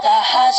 始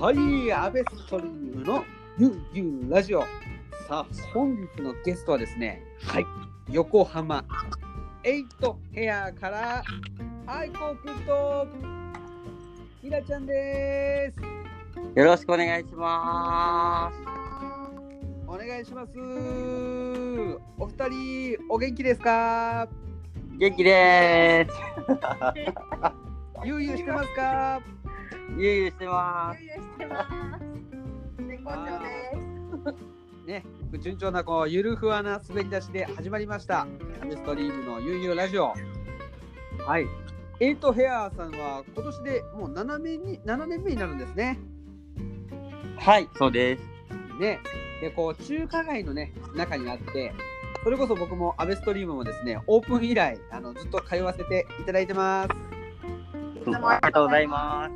はい、アベストリームのゆうゆうラジオ。さあ、本日のゲストはですね、はい、横浜エイトヘアから愛子くんとひらちゃんです。よろしくお願いします。お願いします。お二人、お元気ですか元気でーす。ゆうゆうしてますかゆうゆうしてまゆうゆうしてます。絶好調です。ね、順調なこうゆるふわな滑り出しで始まりました。アメストリームのゆうゆうラジオ。はい。エイトヘアーさんは今年でもう7年に7年目になるんですね。す。はい、そうです。ね。で、こう中華街のね中にあって、それこそ僕もアベストリームもですね、オープン以来あのずっと通わせていただいてます。どうもありがとうございま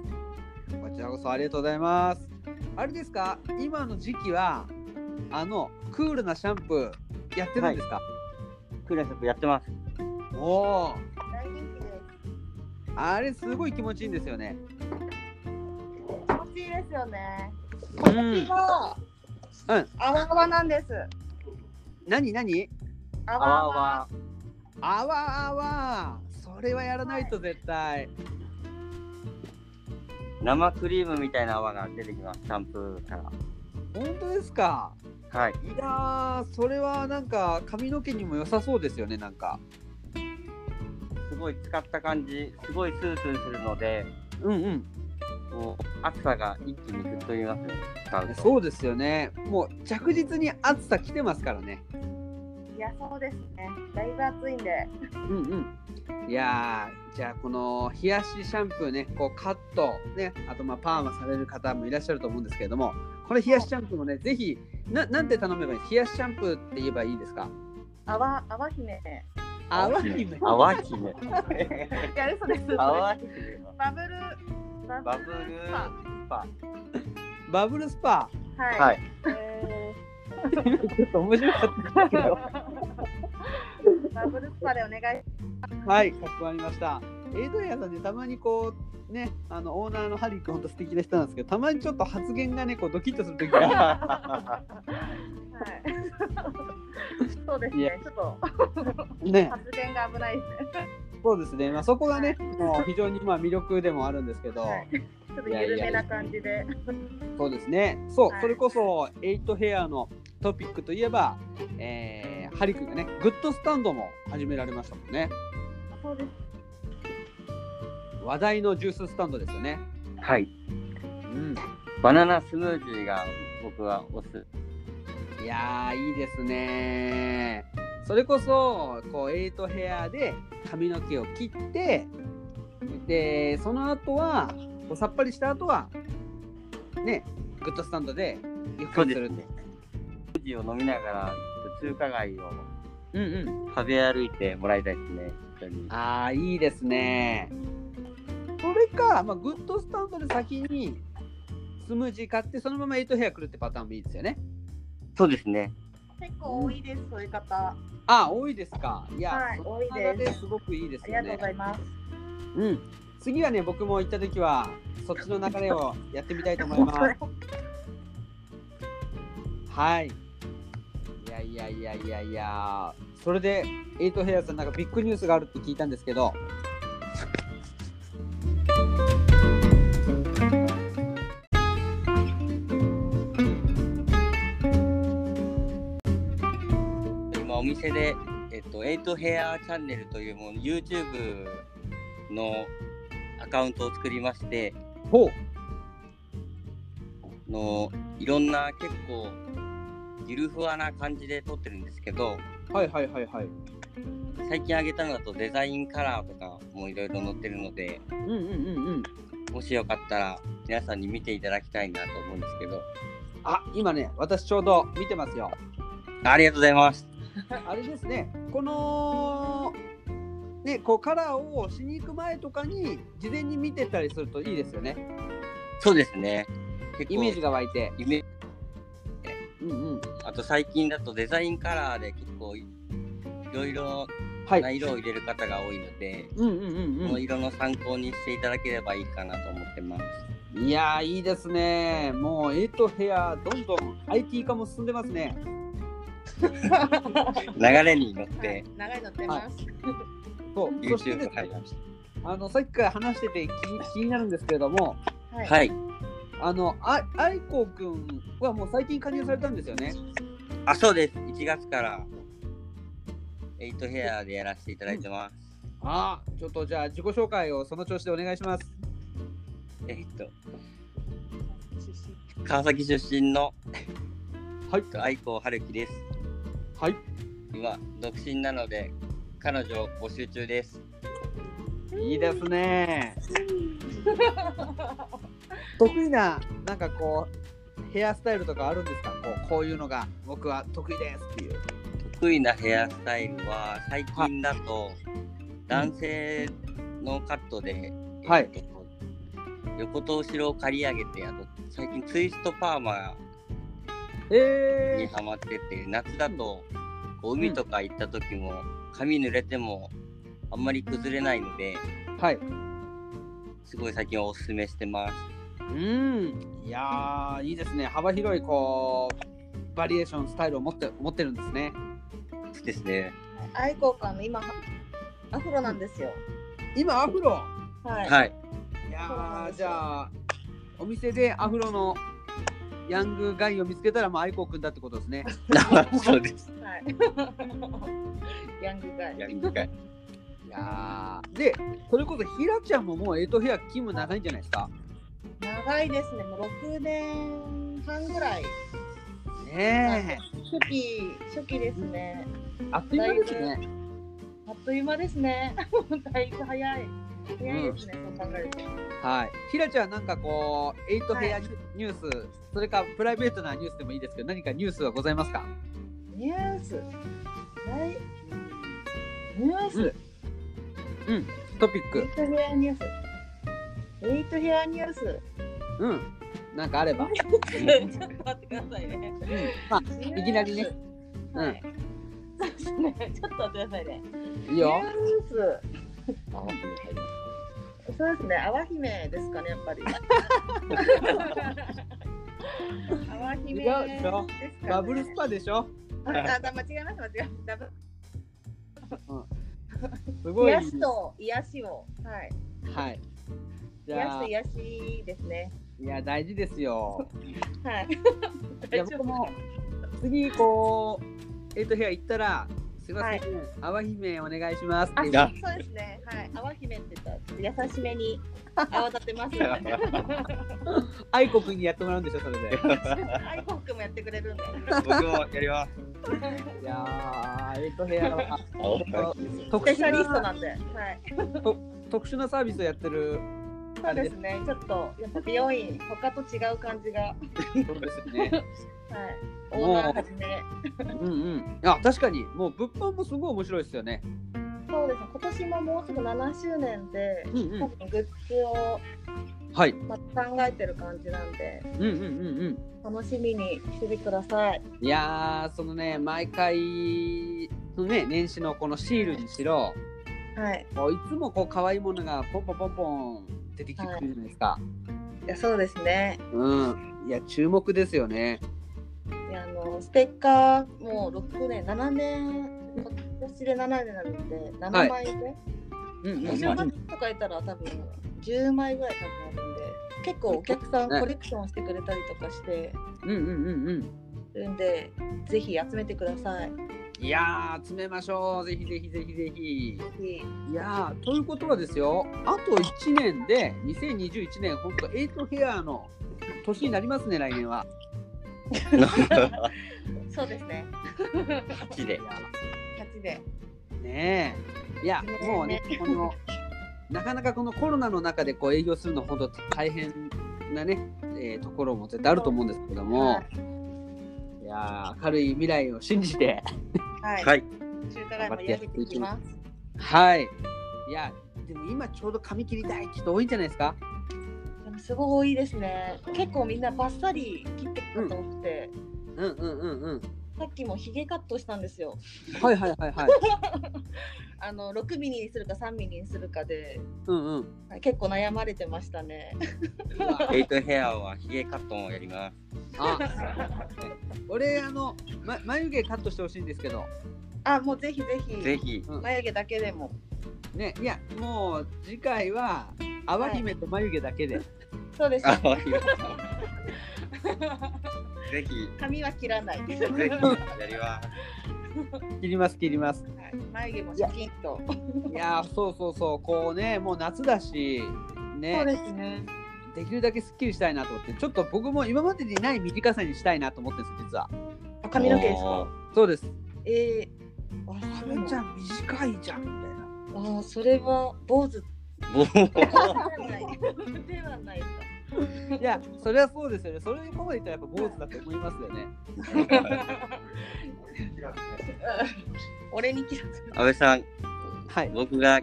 す。こちらこそありがとうございます。あれですか？今の時期はあのクールなシャンプーやってるんですか？クーラショップやってます。おおー。大人気です。あれすごい気持ちいいんですよね。気持ちいいですよね。うん。もう、うん、泡泡なんです。何何？あわあ泡泡。わ。あわあわ。それはやらないと絶対。生クリームみたいな泡が出てきます。シャンプーか本当ですか。ら。はい。いやー、それはなんか髪の毛にも良さそうですよね。なんか。すごい使った感じ、すごいスースーするので、うんうん。もう暑さが一気に吹っ飛びますね。使うと。そうですよね。もう着実に暑さ来てますからね。いや、そうですね。だいぶ暑いんで。うんうん。いやーじゃあこの冷やしシャンプーねこうカットねあとまあパーマされる方もいらっしゃると思うんですけれどもこれ冷やしシャンプーもねぜひななんて頼めばいい冷やしシャンプーって言えばいいですか泡、泡姫。い泡姫泡姫。や、嘘です。泡姫。バブル。バブルスパスパ。バブルスパはい。。はいい。えちょっと面白かったですけどー、 バブルスパでお願い。はいかしこまりましたエイドリアさんねたまにこうねあのオーナーのハリー君ほんと素敵な人なんですけどたまにちょっと発言がねこうドキッとする時がはい。そうですいねや。ちょっとね発言が危ないですね。そうですね、まあ、そこがねもう非常にまあ魅力でもあるんですけど、はい。ちょっと緩めな感じで。そうですね。そう、はいそれこそエイトヘアのトピックといえば、えーハリ君がね、グッドスタンドも始められましたもんね。そうです。話題のジューススタンドですよね。 はい。うん。バナナスムージーが僕はおす。いやーいいですね。それこそこうエイトヘアで髪の毛を切って、でその後はこうさっぱりした後はね、グッドスタンドでゆっくりするって。コーヒーを飲みながら中華街をうんうん。食べ歩いてもらいたいですね。本当にああいいですねそれか、まあ、グッドスタンドで先にスムージー買ってそのままエイトヘア来るってパターンもいいですよねそうですね。結構多いです。そういう方。ああ多いですかいや、はいその多いです流れすごくいいですありがよとうねございます。うん次はね僕も行った時はそっちの流れをやってみたいと思いますはいいやいやいやいやいやそれでエイトヘアさんなんかビッグニュースがあるって聞いたんですけど今お店で、えっと、エイトヘアチャンネルというもの YouTube のアカウントを作りましてほうのいろんな結構ゆるふわな感じで撮ってるんですけどはいはいはいはい最近あげたのだとデザインカラーとかもいろいろ載ってるのでうんうんうんうんもしよかったら皆さんに見ていただきたいなと思うんですけどあ、今ね、私ちょうど見てますよ。ありがとうございます。あれですね、この、ね、こうカラーをしに行く前とかに、事前に見てたりするといいですよね。そうですね。結構イメージが湧いて。イメージうんうん。あと最近だとデザインカラーで結構いいろいろは。ない色を入れる方が多いので、うんうんうこんの色の参考にしていただければいいかなと思ってます。うん。いやー、いいですね。もう、エイトヘア、どんどん IT 化も進んでますね。流れに乗って長いの出ます。そう。そして YouTube です入ねり、ましあの、さっきから話してて気気になるんですけれども、はた。い。はい。あの、あ愛子くんはもう最近加入されたんですよね。あ、そうです。1月から8ヘアでやらせていただいてます。ああ、ちょっとじゃあ自己紹介をその調子でお願いします。えっと、川崎出身のはい。愛子春樹です。はい。今、独身なので、彼女を募集中です。いいですね。 得意な、なんかこう、ヘアスタイルとかあるんですかこうこういうのが僕は得意ですっていう。得意なヘアスタイルは、最近だと、男性のカットで、はいえっと横と後ろを刈り上げて、あと最近ツイストパーマにえハマってて、夏だとこう海とか行った時も、髪濡れてもあんまり崩れないので、ー、はい。すごい最近おすすめしてます。うん。いやー、いいですね。幅広い、こう、バリエーション、スタイルを持って持ってるんですね。そうですね。愛好家の今アフロなんですよ。今、アフロ。はい。はい。いそうなやんーですじよゃあお店でアフロのヤングガイを見つけたらもう愛子くんだってことですね。 そうです。はい。ヤングガイ。 いやーでそれこそひらちゃんももうエイトヘア勤務長いんじゃないですか。長いですね。もう六年半ぐらい。ね初期初期ですね。えあっという間ですね。あっという間ですね。 だいぶ早い。早いですね。そう考えると。はい。ひらちゃんなんかこうエイトヘアニュース、それかプライベートなニュースでもいいですけど何かニュースはございますか。ニュース。はい。ニュース。うんトピッエイクトヘアニュース。エイトヘアニュース。うんなんかあれば。 ちょっと待ってくださいね。まあいきなりね。はうんい。そうですね。ちょっと待ってくださいね。いいよ。ニュース。そうですね。あわ姫ですかね、やっ ぱり。あわ姫ですか、違うでねしょ。バブルスパでしょ。あ。あ、だ、間違えました。間違えました。すごい。癒しと癒しを。はい。はい。じ癒しゃあと癒しですね。いや大事ですよ。はい。 いや僕も次こうエイトヘア行ったらすいません、あわ姫お願いしますっていうあ、そうですね。はい。あわ姫って言ったら、ちょっと優しめに泡立てます よね。愛子くんにやってもらうんでしょそれ でアイコックもやってくれるんで。僕もやります。いやーエイトヘア はス特ペシャ殊リストななんで。はい。特殊なサービスをやってるそうですね。ちょっと、やっぱ美容院、他と違う感じが。はい。そうですね オーナーはじめ。うんうんあ確かにもう物販もすごい面白いですよねそうですね。今年ももうすぐ7周年で、うんう多ん分グッズをはいまた考えてる感じなんで、うんうんうんうん楽しみにしててください。いやーそのね毎回そのね年始のこのシールにしろはい。もういつもこう可愛いものがポンポンポンポン出てきてくるじゃないですか、いや、そうですね。うん、いや注目ですよね。いやあのステッカーもう6年7年今年で7年なので7はい枚で、うん二十20枚とかいたら多分10枚ぐらい多分あるんで結構お客さんねコレクションしてくれたりとかしてうんうんうん。るんでぜひ集めてください。いやー詰めましょう。ぜひぜひぜひぜひ。ぜいやーということはですよ。あと1年で2021年本当エイトヘアの年になりますね来年は。 ひそうですねちで。 8でねえ。いやねえもうねこのなかなかこのコロナの中でこう営業するの本当大変なね、えーところも絶対あると思うんですけども、、はいやー明るい未来を信じて、はい。はい。中華街もやめていきます。はい。いや、でも今ちょうど髪切りたいって人多いんじゃないですかでもすごい多いですね。結構みんなバッサリ切ってくこと多くて、うんうんうんうん。さっきもヒゲカットしたんですよ。はいはいはいはい。あの6ミリにするか3ミリにするかでうんうん。 結構悩まれてましたね。 うわエイトヘアはヒゲカットもやります。あ 俺あの、ま、眉毛カットしてほしいんですけどあ、もうぜひぜひ。ぜひ。眉毛だけでも。ねいやもう次回は淡姫と眉毛だけで、そうです、あ、ね。わかりましたぜひ。髪は切ら ない。ぜひやります。切ります切りますはい眉毛もシャキッと。いやーそうそうそうこうねもう夏だしそうねですね。できるだけすっきりしたいなと思ってちょっと僕も今までにない短さにしたいなと思ってるんです実はあ髪の毛ですか。そうですえー、ああれちゃん短いじゃんみたいなあーそれは坊主おでーはない。 ではないか。いやそれはそうですよねそれにこまで言ったらやっぱ坊主だと思いますよね俺に切らせ安倍さん、はい僕が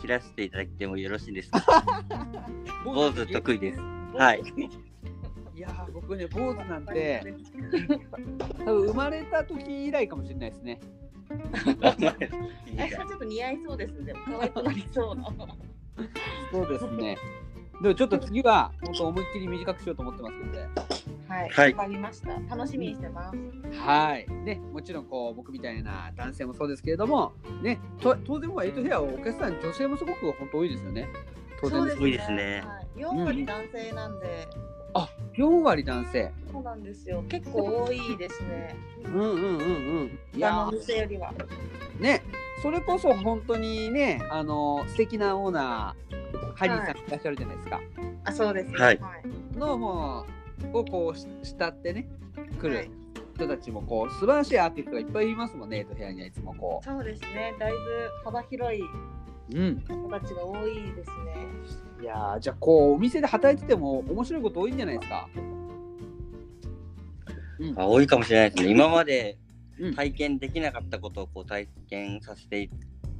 切らせていただいてもよろしいですか。坊主得意です。はい。いやー僕ね坊主なんて多分生まれた時以来かもしれないですね。えちょっと似合いそうですね。でも可愛くなりそうな。そうですね。でもちょっと次は本当思いっきり短くしようと思ってますので、 はい。はいわかりました。楽しみにしてます。はい。ね、もちろんこう僕みたいな男性もそうですけれども、ね、と当然はエイトヘアをお客さん女性もすごく本当多いですよね。当然そうで。ですす多いですねはい4割男性なんで、 4割男性。そうなんですよ。結構多いですね。うんうんうんうん。い他のやお店よりは。ーね、それこそ本当にね、あの素敵なオーナーハリーさんいらっしゃるじゃないですか。あ、そうですね。はいはい。のもうをこうし慕ってね来はるい人たちもこう素晴らしいアーティストがいっぱいいますもんね部屋にはいつもこ。そうですね。だいぶ幅広いううん、人たちが多いですね。いやーじゃあこうお店で働いてても面白いこと多いんじゃないですか。うんあ多いかもしれないですね。今までうん体験できなかったことをこう体験させて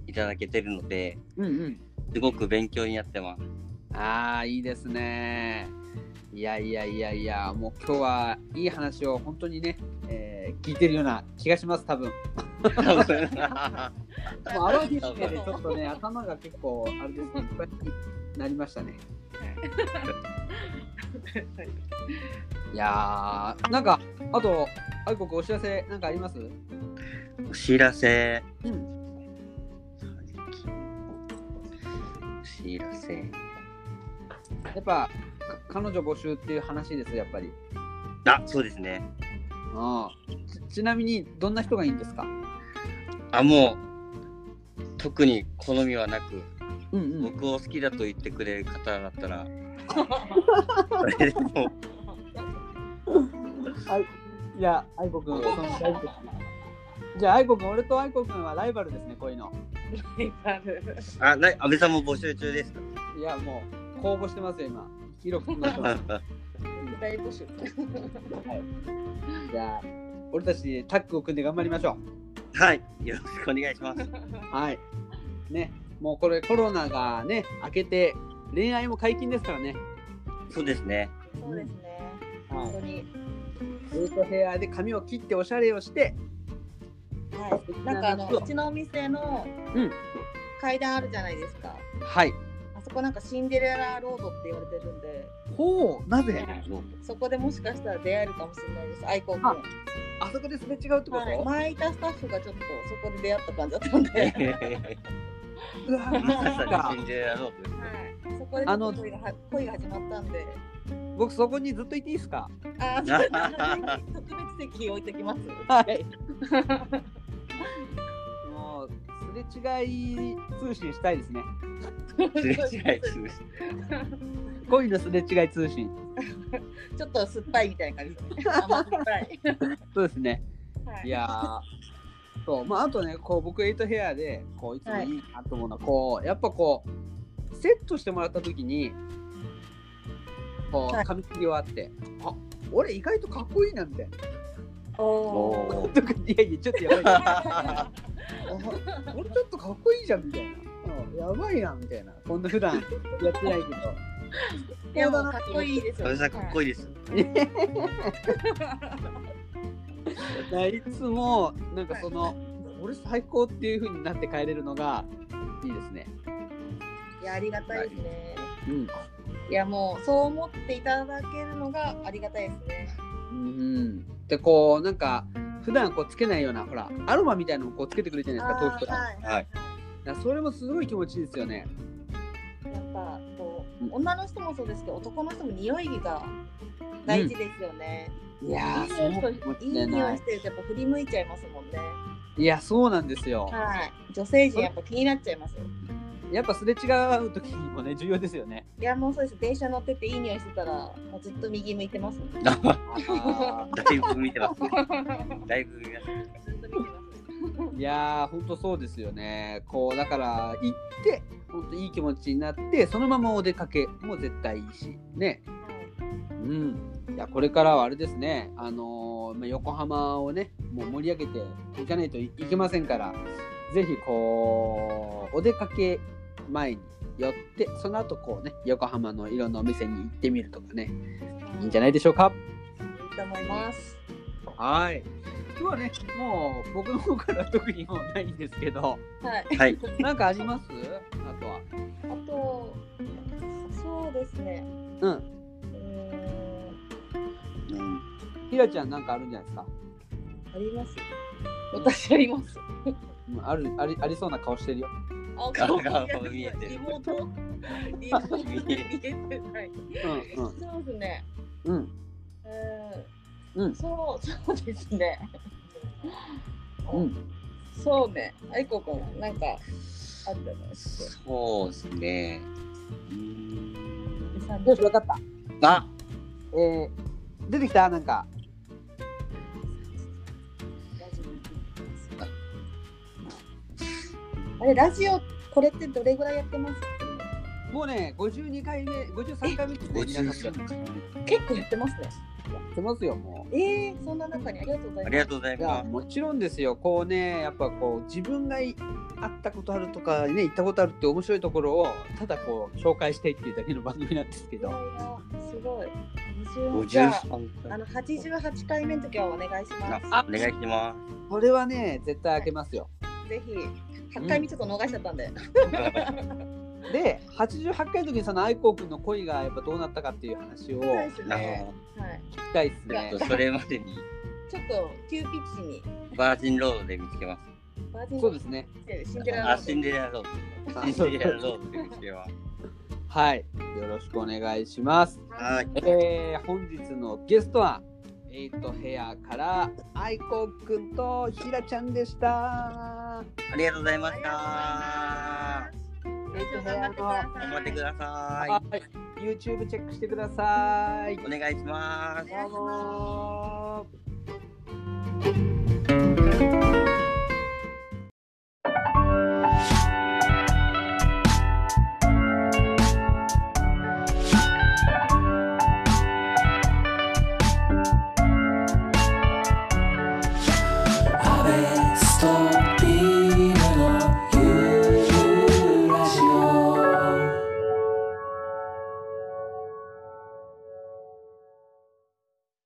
いただけてるので、うんうん、すごく勉強になってます。ああいいですね。いやいやいやいやもう今日はいい話を本当にね、えー聞いてるような気がします多分。もうアワビスでちょっ とね頭が結構あれですねいっぱいになりましたね。いやーなんかあと愛子くんお知らせなんかあります？お知らせ。うん。お知らせ。やっぱか彼女募集っていう話ですやっぱり。あ、そうですね。ああちちなみにどんな人がいいんですか？あ、もう、特に好みはなく、うんうん。僕を好きだと言ってくれる方だった ら、それでもういや愛子くんその大丈夫じゃあ愛子くん俺と愛子くんはライバルですねこういうの。あ、な安倍さんも募集中ですかいやもう公募してますよ今。広く 広く大募集。じゃあ俺たちでタッグを組んで頑張りましょはい、よろしくお願いします。う。はい。ね、もうこれコロナがね明けて恋愛も解禁ですからね。そうですね。そうですね。本当に。ルートヘアで髪を切っておしゃれをして、はい。なんかあのそううちのお店のうん階段あるじゃないですか。はい。あそこなんかシンデレラロードって言われてるんで、ほう、なぜ？そこでもしかしたら出会えるかもしれないです。アイコン君。ああそこですれ違うってこと？はい、前いたスタッフがちょっとそこで出会った感じだったんで、はい、まうわさなんかにシンデレラロードです。そこでちょっと恋がは恋が始まったんで、僕そこにずっといていいですか？あーそう特別席置いてきます。はい。 もうすれ違い通信したいですね。 すれ違い通信恋のすれ違い通信。ちょっと酸っぱいみたいな感じで すね。甘酸っぱい。そうですね。はいいやーそうまああとねこう僕エイトヘアでこういつもいいなと思うのは、こうやっぱこうセットしてもらった時にこはうい髪切り終わって、あ俺意外とかっこいいなみたいな。おーとかいやいや、ちょっとやばいな。あ俺ちょっとかっこいいじゃんみたいな。うんやばいなみたいな。こんな普段やって ないけど。でもかっこいいですよね。私はかっこいい。いいです。だからいつもなんかその、俺最高っていう風になって帰れるのがいいですね。いや、ありがたいですね。うん。いや、もう、そう思っていただけるのがありがたいですね。うん、でこうなんか普段こうつけないようなほらアロマみたいなのをこうつけてくれるじゃないですか陶あ器とーか,、はいはい。だからそれもすごい気持ちいいですよね。やっぱこううん女の人もそうですけど男の人も匂いが大事ですよね。いやいい匂いそうかもししていれい匂ないいしてるとやっぱ振り向いちゃいますもんね。いやそうなんですよ、はい。女性陣やっぱ気になっちゃいます。いやっぱすれ違う時にもね重要ですよ ね。やもうそうです。電車乗ってていい匂いしてたらもうずっと右向いてますもん。ずっあだいぶ見てますね。だいぶ見ます。と見てます。ーいやーほんとそうですよね。こうだから行ってほんといい気持ちになってそのままお出かけも絶対いいしね。うん、いやこれからはあれですね、あのーまあ、横浜をねもう盛り上げていかないといいけませんからぜひこうお出かけ前に寄ってその後こうね横浜のいろんなお店に行ってみるとかねいいんじゃゃないでしょうかいいと思います。はい今日はねもう僕の方から特にもうないんですけどはい。はい。なんかありますあとはあとそうですね。うんうーんうんひらちゃんなんかあるんじゃないですかあります。私あります。うんあるありありそうな顔してるよあ顔が見えてるリモートリモート見えてない。うんうんそうですね。うんうん。うんそう、そうですね。うんそうね。あいこくん、なんか。あったの。そうですね。うーんよし分かったあ、えー出てきたなんかあれ、ラジオ、これってどれぐらいやってます。もうね52回目53回目ってごねち皆そうさんや結構やってますね。ってますよもうええそんな中にありがとうございます。ありがとうございいやます。もちろんですよこうねやっぱこう自分がい会ったことあるとかね行ったことあるって面白いところをただこう紹介していっていうだけの番組なんですけどいやいやすごい。五20十じゃあ三あの八十八回目の時はお願いします。あ、お願いしまこれはね絶対開けますよぜひ八回目ちょっと逃しちゃったん で。で88回の時にその愛子くんの恋がやっぱどうなったかっていう話をそうで聞すす。あね。の、はい。きたいですえねっとそれまでにちょっと急ピッチにバージンロードで見つけます。バージンそうですねシンデレラあ、ロードシンデレラロード。シンデレラロードで見つけます。はいよろしくお願いしますはい。えー本日のゲストはエイトヘアから愛子くんとひらちゃんでした。ありがとうございまあしりた。がとうございます。頑張ってください。頑張ってください。はい、YouTube チェックしてください。お願いします。お願いしますどうも。お願いし